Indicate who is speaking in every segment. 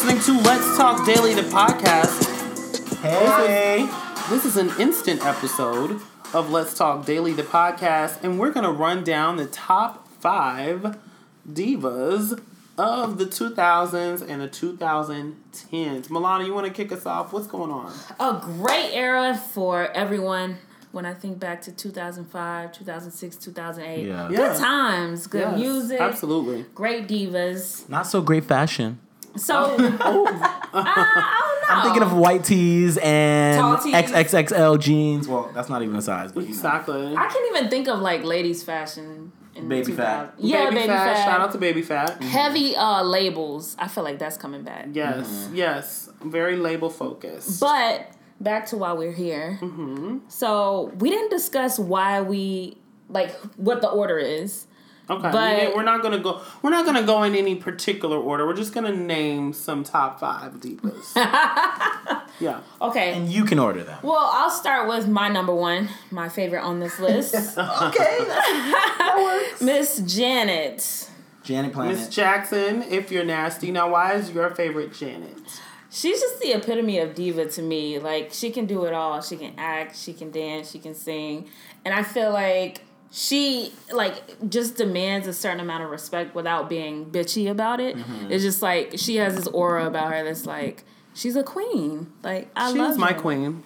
Speaker 1: Let's Talk Daily, the podcast.
Speaker 2: Hey,
Speaker 1: This is an instant episode of Let's Talk Daily, the podcast, and we're going to run down the top five divas of the 2000s and the 2010s. Milana, you want to kick us off? What's going on?
Speaker 3: a great era for everyone. When I think back to 2005, 2006, 2008,
Speaker 2: Yeah.
Speaker 3: good
Speaker 1: Yeah.
Speaker 3: times, good
Speaker 1: Yes,
Speaker 3: music,
Speaker 1: Absolutely.
Speaker 3: great divas.
Speaker 2: not so great fashion.
Speaker 3: So I,
Speaker 1: Oh.
Speaker 3: I don't know.
Speaker 2: I'm thinking of white tees and
Speaker 3: Tall tees.
Speaker 2: XXXL jeans. Well, that's not even a size. But you know.
Speaker 1: Exactly.
Speaker 3: I can't even think of like ladies' fashion. In
Speaker 2: Baby
Speaker 3: 2000.
Speaker 2: fat.
Speaker 3: Yeah, baby, fat.
Speaker 1: Shout out to Baby Fat.
Speaker 3: Heavy uh, labels. I feel like that's coming back.
Speaker 1: Yes, yes. Very label focused.
Speaker 3: But back to why we're here. Mm-hmm. So we didn't discuss why we like what the order is.
Speaker 1: Okay, we
Speaker 3: But-
Speaker 1: didn't- we're not gonna go. We're not gonna go in any particular order. We're just gonna name some top five divas. yeah,
Speaker 3: Okay.
Speaker 2: And you can order them.
Speaker 3: Well, I'll start with my number one, my favorite on this list,
Speaker 2: Okay.
Speaker 3: Miss Janet.
Speaker 2: Janet Planet.
Speaker 1: Miss Jackson, if you're nasty. Now, why is your favorite Janet?
Speaker 3: She's just the epitome of diva to me. Like she can do it all. She can act, she can dance, she can sing. And I feel like she like just demands a certain amount of respect without being bitchy about it.
Speaker 1: Mm-hmm.
Speaker 3: It's just like she has this aura about her that's like she's a queen. Like I love
Speaker 1: She's my
Speaker 3: her.
Speaker 1: queen.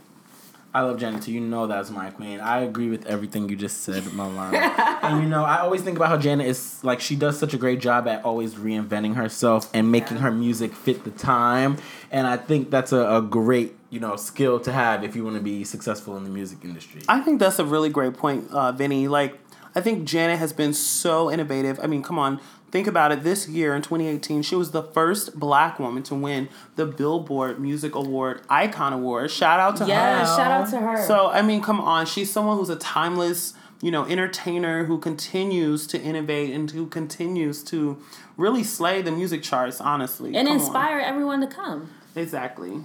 Speaker 2: I love Janet too. You know that's my queen. I agree with everything you just said, Milana. and you know, I always think about how Janet is like she does such a great job at always reinventing herself and making her music fit the time. And I think that's a, a great, you know, skill to have if you want to be successful in the music industry.
Speaker 1: I think that's a really great point, uh, Vinny. Like, I think Janet has been so innovative. I mean, come on, think about it. This year in 2018, she was the first black woman to win the Billboard Music Award Icon Award. Shout out to her.
Speaker 3: Yeah, shout out to her.
Speaker 1: So I mean, come on, she's someone who's a timeless, you know, entertainer who continues to innovate and who continues to really slay the music charts. Honestly,
Speaker 3: and
Speaker 1: Come on.
Speaker 3: inspire everyone to come.
Speaker 1: exactly.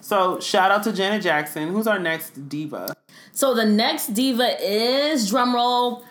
Speaker 1: So shout out to Janet Jackson, who's our next diva.
Speaker 3: So the next diva is drumroll.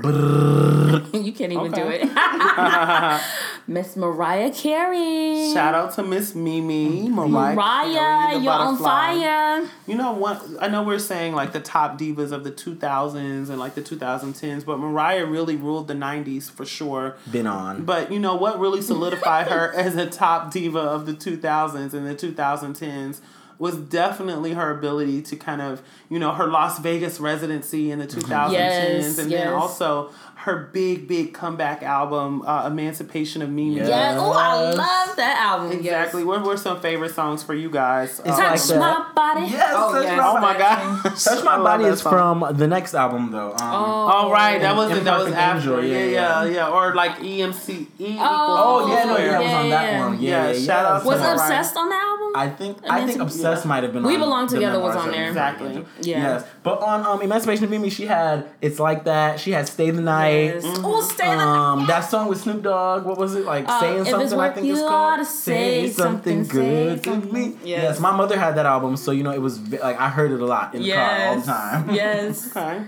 Speaker 3: you can't even
Speaker 1: Okay.
Speaker 3: do it. Miss Mariah Carey.
Speaker 1: Shout out to Miss Mimi, Mariah, Carey,
Speaker 3: Mariah,
Speaker 1: the
Speaker 3: you're on
Speaker 1: butterfly.
Speaker 3: fire.
Speaker 1: You know what? I know we're saying like the top divas of the 2000s and like the 2010s, but Mariah really ruled the 90s for sure.
Speaker 2: Been on.
Speaker 1: But you know what really solidified her as a top diva of the 2000s and the 2010s was definitely her ability to kind of, you know, her Las Vegas residency in the
Speaker 2: Mm-hmm.
Speaker 1: 2010s
Speaker 3: Yes,
Speaker 1: and then
Speaker 3: yes.
Speaker 1: also her big, big comeback album, uh, Emancipation of Mimi.
Speaker 2: Yes.
Speaker 3: Yeah. Oh, I
Speaker 2: Yes.
Speaker 3: love that album. yes.
Speaker 1: Exactly. What were some favorite songs for you guys? Uh,
Speaker 2: like
Speaker 3: Touch
Speaker 2: that.
Speaker 3: my body.
Speaker 2: Yes, touch my
Speaker 1: oh my God.
Speaker 2: Touch My Body is from the next album though. Um,
Speaker 1: Oh right, that
Speaker 2: And
Speaker 1: wasn't that was
Speaker 2: Imperfect
Speaker 1: after.
Speaker 2: Angel,
Speaker 1: Yeah,
Speaker 2: yeah,
Speaker 1: yeah, yeah, Or like E EMCE.
Speaker 3: Oh,
Speaker 2: Oh yeah, no, yeah, I was
Speaker 3: yeah,
Speaker 2: on that
Speaker 3: yeah.
Speaker 2: one.
Speaker 1: Yeah,
Speaker 2: Yeah, yeah.
Speaker 1: shout out to
Speaker 3: Was
Speaker 1: Mariah.
Speaker 3: Obsessed on the album?
Speaker 2: I think I think
Speaker 3: Emancip-
Speaker 2: obsessed might have been.
Speaker 3: We
Speaker 2: on
Speaker 3: Belong
Speaker 2: the
Speaker 3: Together was
Speaker 2: Memoirs
Speaker 3: on
Speaker 2: of
Speaker 3: there.
Speaker 2: Exactly.
Speaker 1: Exactly.
Speaker 3: Yeah.
Speaker 2: Yes, but on um, Emancipation of Mimi, she had it's like that. She had Stay the Night.
Speaker 3: Yes. Oh, stay the
Speaker 2: Um, that song with Snoop Dogg, what was it like?
Speaker 3: Uh,
Speaker 2: saying
Speaker 3: if it's
Speaker 2: something, I
Speaker 3: worth
Speaker 2: think
Speaker 3: you
Speaker 2: it's
Speaker 3: oughta
Speaker 2: called.
Speaker 3: say something, say something. Yes.
Speaker 2: Yes. my mother had that album, so you know it was v- like I heard it a lot in the car all the
Speaker 3: Yes.
Speaker 2: time.
Speaker 3: Yes.
Speaker 1: Okay.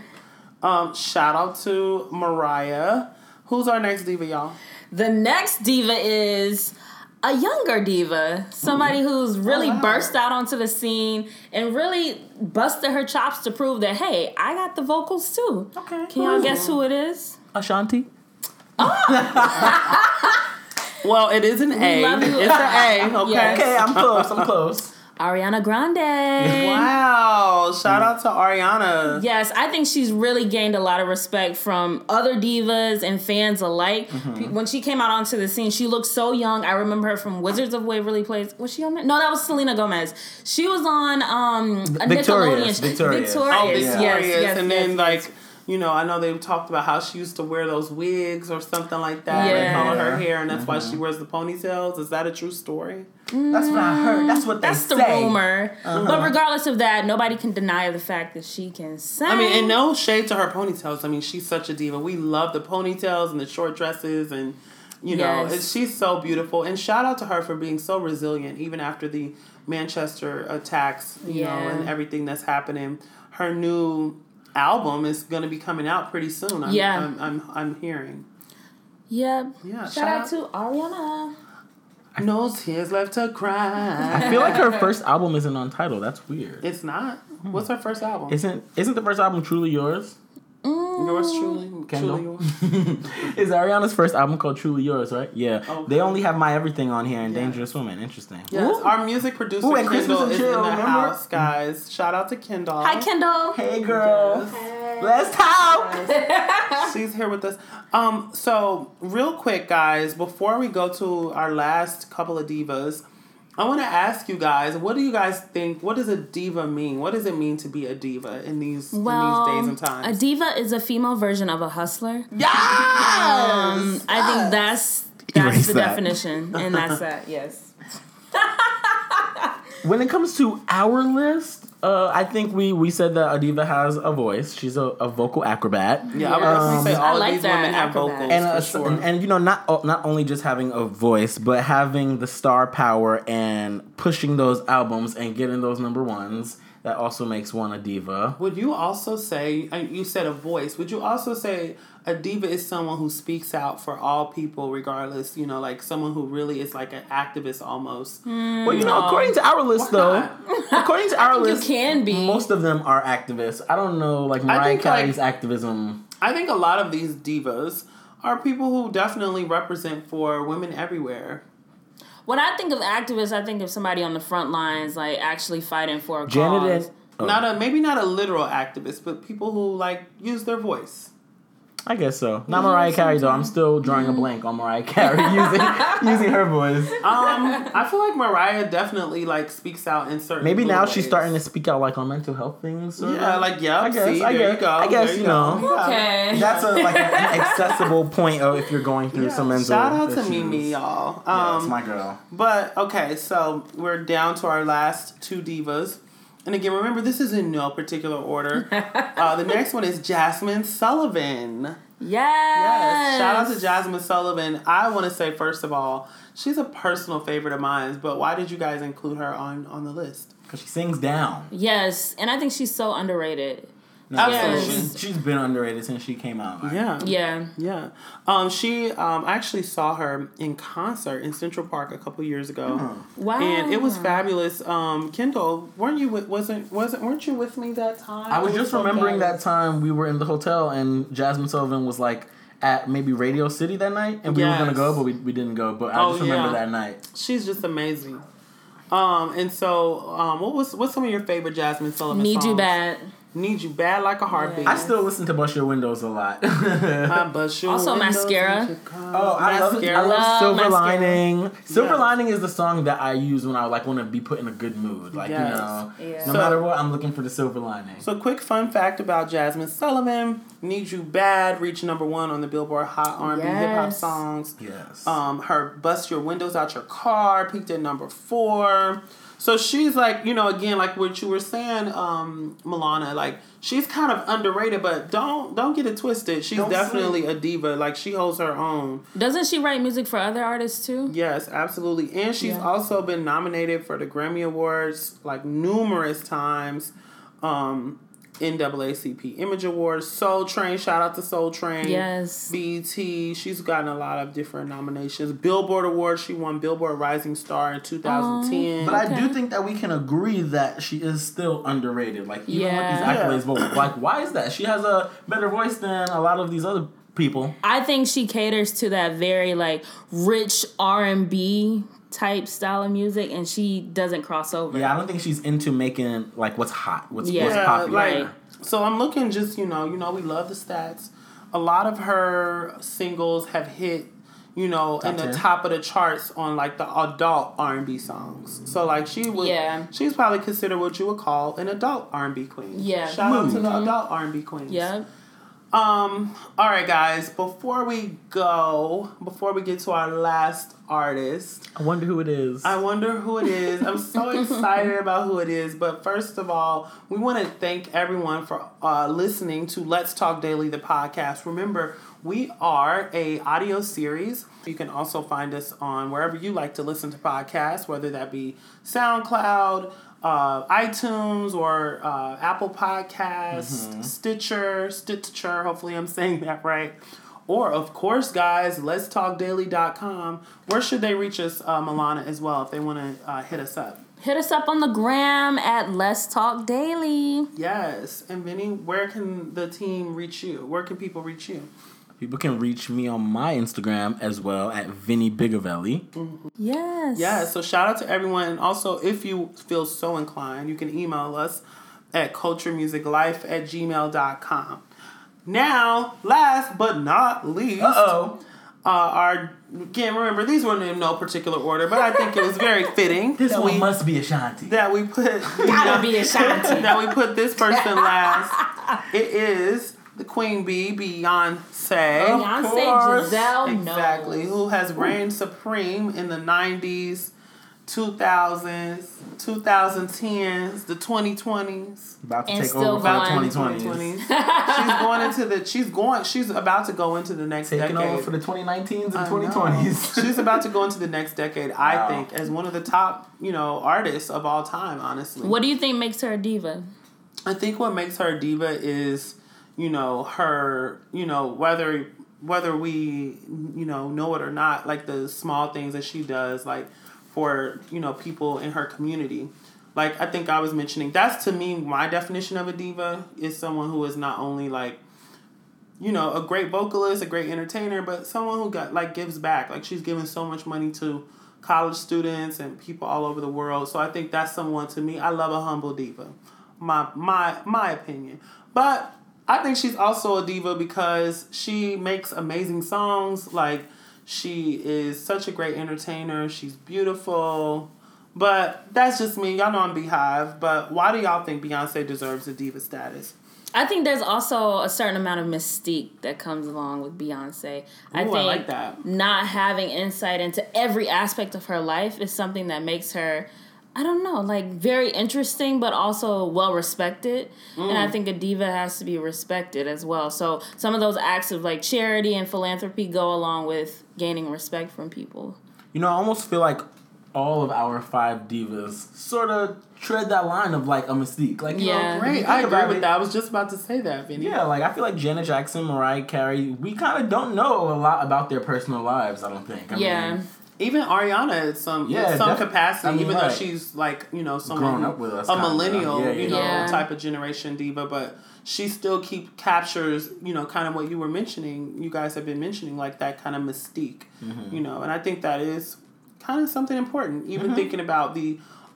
Speaker 1: Um, shout out to Mariah. Who's our next diva, y'all?
Speaker 3: The next diva is a younger diva, somebody who's really burst out onto the scene and really busted her chops to prove that hey, I got the vocals too.
Speaker 2: Okay.
Speaker 3: Can y'all guess who it is?
Speaker 2: Ashanti.
Speaker 1: Well, it is an A.
Speaker 3: love you.
Speaker 1: It's an A. Okay.
Speaker 3: Yes.
Speaker 2: Okay, I'm close. I'm close.
Speaker 3: Ariana Grande.
Speaker 1: Wow. Shout out to Ariana.
Speaker 3: Yes, I think she's really gained a lot of respect from other divas and fans alike.
Speaker 2: Mm-hmm.
Speaker 3: Pe- When she came out onto the scene, she looked so young. I remember her from Wizards of Waverly Place. Was she on that? No, that was Selena Gomez. She was on um a
Speaker 2: Victorious, Victorious.
Speaker 3: Nickelodeon. Victorious.
Speaker 1: Oh,
Speaker 3: yes,
Speaker 1: Victorious.
Speaker 3: yes,
Speaker 1: and
Speaker 3: yes,
Speaker 1: then
Speaker 3: yes.
Speaker 1: like you know, I know they talked about how she used to wear those wigs or something like that. They
Speaker 3: Yeah.
Speaker 1: color her hair, and that's why she wears the ponytails. Is that a true story?
Speaker 2: That's what I heard. That's what they
Speaker 3: That's the
Speaker 2: say. Uh-huh.
Speaker 3: rumor. But regardless of that, nobody can deny the fact that she can sing.
Speaker 1: I mean, and no shade to her ponytails. I mean, she's such a diva. We love the ponytails and the short dresses, and you know,
Speaker 3: Yes.
Speaker 1: and she's so beautiful. And shout out to her for being so resilient, even after the Manchester attacks, you know,
Speaker 3: Yeah.
Speaker 1: and everything that's happening. Her new album is going to be coming out pretty soon. I'm,
Speaker 3: Yeah.
Speaker 1: I'm, I'm, I'm hearing.
Speaker 3: Yep.
Speaker 1: Yeah,
Speaker 3: Shout, out to Ariana.
Speaker 1: No tears left to cry.
Speaker 2: I feel like her first album isn't on title. That's weird.
Speaker 1: It's not. What's her first album?
Speaker 2: Isn't isn't the first album truly yours?
Speaker 3: Mm,
Speaker 1: yours truly.
Speaker 2: Kendall.
Speaker 1: Truly yours.
Speaker 2: Is Ariana's first album called Truly Yours, right? Yeah.
Speaker 1: Oh.
Speaker 2: They only have My Everything on here and
Speaker 1: Yeah.
Speaker 2: Dangerous Woman. Interesting.
Speaker 1: Yes,
Speaker 2: Ooh.
Speaker 1: our music producer
Speaker 2: Ooh, and
Speaker 1: Kendall
Speaker 2: Christmas and
Speaker 1: is
Speaker 2: Chill,
Speaker 1: in the
Speaker 2: remember?
Speaker 1: house, guys. Shout out to Kendall.
Speaker 3: Hi, Kendall.
Speaker 2: Hey girl. Let's talk.
Speaker 1: She's here with us. Um, so real quick, guys, before we go to our last couple of divas, I want to ask you guys, what do you guys think? What does a diva mean? What does it mean to be a diva in these
Speaker 3: Well,
Speaker 1: in these days and
Speaker 3: a
Speaker 1: times?
Speaker 3: diva is a female version of a hustler.
Speaker 1: yes!
Speaker 3: Um, I think that's
Speaker 2: Erase
Speaker 3: that's the
Speaker 2: that.
Speaker 3: definition, and that's that. Yes.
Speaker 2: When it comes to our list, uh, I think we we said that Adiva has a voice. She's a, a vocal acrobat.
Speaker 1: yeah, I would definitely say
Speaker 3: I
Speaker 1: all of
Speaker 3: like
Speaker 1: these
Speaker 3: that,
Speaker 1: women have
Speaker 3: acrobat.
Speaker 1: vocals
Speaker 2: Um, and, uh,
Speaker 1: for sure.
Speaker 2: and and you know not o- not only just having a voice but having the star power and pushing those albums and getting those number ones that also makes one a diva
Speaker 1: would you also say and you said a voice? Would you also say a diva is someone who speaks out for all people, regardless? You know, like someone who really is like an activist almost.
Speaker 3: Hmm.
Speaker 2: well you know according to our list though
Speaker 1: not?
Speaker 2: according to our
Speaker 3: Mm. You
Speaker 2: list
Speaker 3: can be.
Speaker 2: most of them are activists i don't know like mariah
Speaker 1: think,
Speaker 2: carey's
Speaker 1: like-
Speaker 2: activism
Speaker 1: I think a lot of these divas are people who definitely represent for women everywhere.
Speaker 3: when I think of activists, I think of somebody on the front lines, like actually fighting for a
Speaker 2: janet
Speaker 3: cause.
Speaker 2: and oh,
Speaker 1: Not a maybe not a literal activist, but people who like use their voice.
Speaker 2: i guess so not
Speaker 1: Mm-hmm.
Speaker 2: mariah carey though i'm still drawing a blank on mariah carey using using her voice
Speaker 1: Um, I feel like Mariah definitely like speaks out in certain.
Speaker 2: Maybe now she's
Speaker 1: ways.
Speaker 2: starting to speak out like on mental health things. or-
Speaker 1: Yeah, like yeah.
Speaker 2: I guess,
Speaker 1: see,
Speaker 2: I
Speaker 1: there
Speaker 2: guess,
Speaker 1: you go.
Speaker 2: I guess
Speaker 1: there
Speaker 2: you,
Speaker 1: go.
Speaker 2: know.
Speaker 1: Yeah.
Speaker 3: Okay.
Speaker 2: That's a, like an accessible point of if you're going through some mental.
Speaker 1: Shout out to
Speaker 2: issues.
Speaker 1: Mimi, y'all. Um,
Speaker 2: Yeah, it's my girl.
Speaker 1: But okay, so we're down to our last two divas. And again, remember, this is in no particular order. uh, the next one is Jasmine Sullivan. Yes.
Speaker 3: Yes.
Speaker 1: Shout out to Jasmine Sullivan. I want to say, first of all, she's a personal favorite of mine, but why did you guys include her on, on the list?
Speaker 2: Cause she sings down.
Speaker 3: Yes, and I think she's so underrated.
Speaker 2: No,
Speaker 1: Absolutely.
Speaker 2: she's, she's been underrated since she came out. Like,
Speaker 1: Yeah.
Speaker 3: Yeah.
Speaker 1: Yeah. Um, she, um, I actually saw her in concert in Central Park a couple years ago.
Speaker 2: Uh-huh.
Speaker 3: Wow.
Speaker 1: And it was
Speaker 3: Ah.
Speaker 1: fabulous. Um, Kendall, weren't you with, wasn't wasn't weren't you with me that time?
Speaker 2: I was
Speaker 1: It
Speaker 2: just
Speaker 1: so
Speaker 2: remembering
Speaker 1: fabulous.
Speaker 2: that time we were in the hotel and Jasmine Sullivan was like at maybe Radio City that night and we were gonna
Speaker 1: Yes.
Speaker 2: go but we, we didn't go. But I
Speaker 1: Oh,
Speaker 2: just remember
Speaker 1: yeah.
Speaker 2: that night.
Speaker 1: she's just amazing. Um, and so, um, what was what's some of your favorite Jasmine Sullivan
Speaker 3: Need
Speaker 1: songs?
Speaker 3: you bad.
Speaker 1: Need you bad like a heartbeat.
Speaker 2: I still listen to Bust Your Windows a lot.
Speaker 1: I bust your
Speaker 3: Also
Speaker 1: windows
Speaker 3: Mascara.
Speaker 1: and your cars.
Speaker 2: Oh, I love, I
Speaker 1: Mascara.
Speaker 2: love Silver
Speaker 3: Mascara.
Speaker 2: Lining. Silver
Speaker 1: Yeah.
Speaker 2: Lining is the song that I use when I like want to be put in a good mood. Like you
Speaker 1: Yes.
Speaker 2: know,
Speaker 3: Yeah.
Speaker 2: no
Speaker 1: So-
Speaker 2: matter what, I'm looking for the silver lining.
Speaker 1: So, quick fun fact about Jasmine Sullivan: Need You Bad reached number one on the Billboard Hot R&B Hip Hop
Speaker 3: Yes.
Speaker 1: Songs.
Speaker 2: yes.
Speaker 1: Um, her bust your windows out your car peaked at number four. So she's like, you know, again, like what you were saying, um, Milana, like she's kind of underrated, but don't don't get it twisted. She's
Speaker 2: Don't
Speaker 1: definitely a diva. Like she holds her own.
Speaker 3: Doesn't she write music for other artists too?
Speaker 1: Yes, absolutely. And she's
Speaker 3: Yeah.
Speaker 1: also been nominated for the Grammy Awards like numerous times. Um NAACP Image Awards, Soul Train, shout out to Soul Train.
Speaker 3: Yes.
Speaker 1: BET, she's gotten a lot of different nominations. Billboard Awards, she won Billboard Rising Star in 2010.
Speaker 2: but I do
Speaker 3: okay.
Speaker 2: think that we can agree that she is still underrated. Like even
Speaker 3: Yeah.
Speaker 2: with these accolades, but like why is that? She has a better voice than a lot of these other people.
Speaker 3: I think she caters to that very like rich R and B type style of music, and she doesn't cross over.
Speaker 2: Yeah, I don't think she's into making like what's hot, what's,
Speaker 3: Yeah.
Speaker 2: what's
Speaker 1: yeah,
Speaker 2: popular.
Speaker 1: like so I'm looking just, you know, you know we love the stats. A lot of her singles have hit you know, in
Speaker 2: Top
Speaker 1: the
Speaker 2: 10.
Speaker 1: top of the charts on like the adult R and B songs. So like she would,
Speaker 3: Yeah.
Speaker 1: she's probably considered what you would call an adult R and B queen.
Speaker 3: Yeah. Mm-hmm.
Speaker 1: shout out to the adult R and B queens.
Speaker 3: Yep.
Speaker 1: Um, all right, guys, before we go, before we get to our last artist,
Speaker 2: I wonder who it is.
Speaker 1: I wonder who it is. I'm so excited about who it is. But first of all, we want to thank everyone for uh, listening to Let's Talk Daily, the podcast. Remember, we are a audio series. You can also find us on wherever you like to listen to podcasts, whether that be SoundCloud, uh, iTunes, or uh, Apple Podcasts, Stitcher, Stitcher. Hopefully, I'm saying that right Or, of course, guys, let's talk daily.com. Where should they reach us, uh, Milana, as well, if they want to uh, hit us up?
Speaker 3: Hit us up on the gram at Let's Talk Daily.
Speaker 1: Yes. And Vinny, where can the team reach you? Where can people reach you?
Speaker 2: People can reach me on my Instagram as well at Vinny Bigavelli.
Speaker 3: Yes.
Speaker 1: Yeah, so shout out to everyone. And also, if you feel so inclined, you can email us at culturemusiclife at gmail.com. Now, last but not least,
Speaker 2: oh.
Speaker 1: uh, our, again, remember, these weren't in no particular order, but I think it was very fitting
Speaker 2: This
Speaker 1: that,
Speaker 2: one
Speaker 1: we,
Speaker 2: must be Ashanti.
Speaker 1: that we put
Speaker 3: Gotta be Ashanti.
Speaker 1: that we put this person last. It is the Queen Bee, Beyonce.
Speaker 3: Beyonce,
Speaker 2: course.
Speaker 3: Giselle, no.
Speaker 1: Exactly. Who has reigned supreme in the 90s, 2000s, 2010s, the 2020s.
Speaker 2: About to
Speaker 3: And
Speaker 2: take
Speaker 3: still
Speaker 2: over for the
Speaker 3: going.
Speaker 2: 2020s.
Speaker 1: 2020s. she's going into the she's going she's about to go into the next
Speaker 2: Taking
Speaker 1: decade.
Speaker 2: over for the 2019s and
Speaker 1: I know.
Speaker 2: 2020s.
Speaker 1: she's about to go into the next decade, I
Speaker 2: Wow.
Speaker 1: think, as one of the top, you know, artists of all time, honestly.
Speaker 3: What do you think makes her a diva?
Speaker 1: I think what makes her a diva is, you know, her, you know, whether whether we, you know, know it or not, like the small things that she does, like for you know people in her community. Like I think I was mentioning, that's to me my definition of a diva is someone who is not only like, you know, a great vocalist, a great entertainer, but someone who got like gives back. Like she's given so much money to college students and people all over the world. So I think that's someone to me. I love a humble diva my my my opinion. But I think she's also a diva because she makes amazing songs. Like she is such a great entertainer. She's beautiful. But that's just me. Y'all know I'm Beehive. But why do y'all think Beyonce deserves a diva status?
Speaker 3: I think there's also a certain amount of mystique that comes along with Beyonce. I
Speaker 1: Ooh,
Speaker 3: think
Speaker 1: I like that.
Speaker 3: not having insight into every aspect of her life is something that makes her, I don't know, like very interesting, but also well respected. And
Speaker 1: Mm.
Speaker 3: I think a diva has to be respected as well. So some of those acts of like charity and philanthropy go along with gaining respect from people.
Speaker 2: you know, I almost feel like all of our five divas sort of tread that line of like a mystique. Like, you
Speaker 3: Yeah.
Speaker 2: know,
Speaker 1: Great,
Speaker 2: think
Speaker 1: I agree
Speaker 2: about
Speaker 1: with
Speaker 2: it-
Speaker 1: that. I was just about to say that, Vinny.
Speaker 2: Yeah, like I feel like Janet Jackson, Mariah Carey, we kind of don't know a lot about their personal lives. I don't think. I
Speaker 3: yeah.
Speaker 2: mean,
Speaker 1: Even Ariana, in some
Speaker 2: Yeah,
Speaker 1: in some
Speaker 2: def-
Speaker 1: capacity,
Speaker 2: I mean,
Speaker 1: even though
Speaker 2: right.
Speaker 1: she's like you know someone
Speaker 2: Grown
Speaker 1: who-
Speaker 2: up with us
Speaker 1: a
Speaker 2: kinda,
Speaker 1: millennial,
Speaker 2: yeah,
Speaker 1: you
Speaker 2: yeah,
Speaker 1: know,
Speaker 3: yeah.
Speaker 1: type of generation diva, but she still keep captures you know kind of what you were mentioning. You guys have been mentioning like that kind of mystique,
Speaker 2: Mm-hmm.
Speaker 1: you know, and I think that is kind of something important.
Speaker 2: Mm-hmm.
Speaker 1: Even thinking about the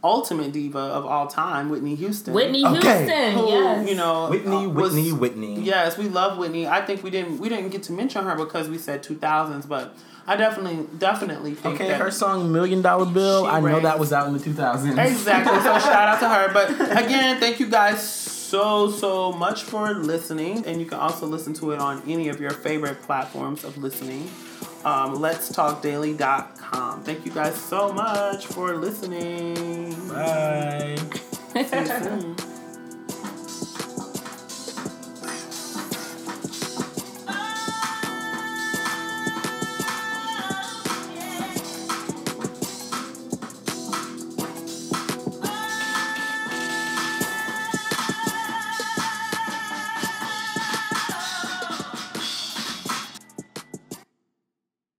Speaker 1: ultimate diva of all time, Whitney Houston.
Speaker 3: Whitney
Speaker 2: Okay.
Speaker 3: Houston,
Speaker 1: who,
Speaker 3: yes.
Speaker 1: you know,
Speaker 2: Whitney,
Speaker 1: uh, was-
Speaker 2: Whitney, Whitney.
Speaker 1: Yes, we love Whitney. I think we didn't we didn't get to mention her because we said two thousands, but I definitely definitely think
Speaker 2: Okay,
Speaker 1: that
Speaker 2: her song Million Dollar Bill,
Speaker 1: She
Speaker 2: I know
Speaker 1: raised-
Speaker 2: that was out in the 2000s.
Speaker 1: Exactly. So shout out to her. But again, thank you guys so so much for listening, and you can also listen to it on any of your favorite platforms of listening. Um, Let's Talk Daily.com. Thank you guys so much for listening.
Speaker 2: Bye.
Speaker 1: See you soon.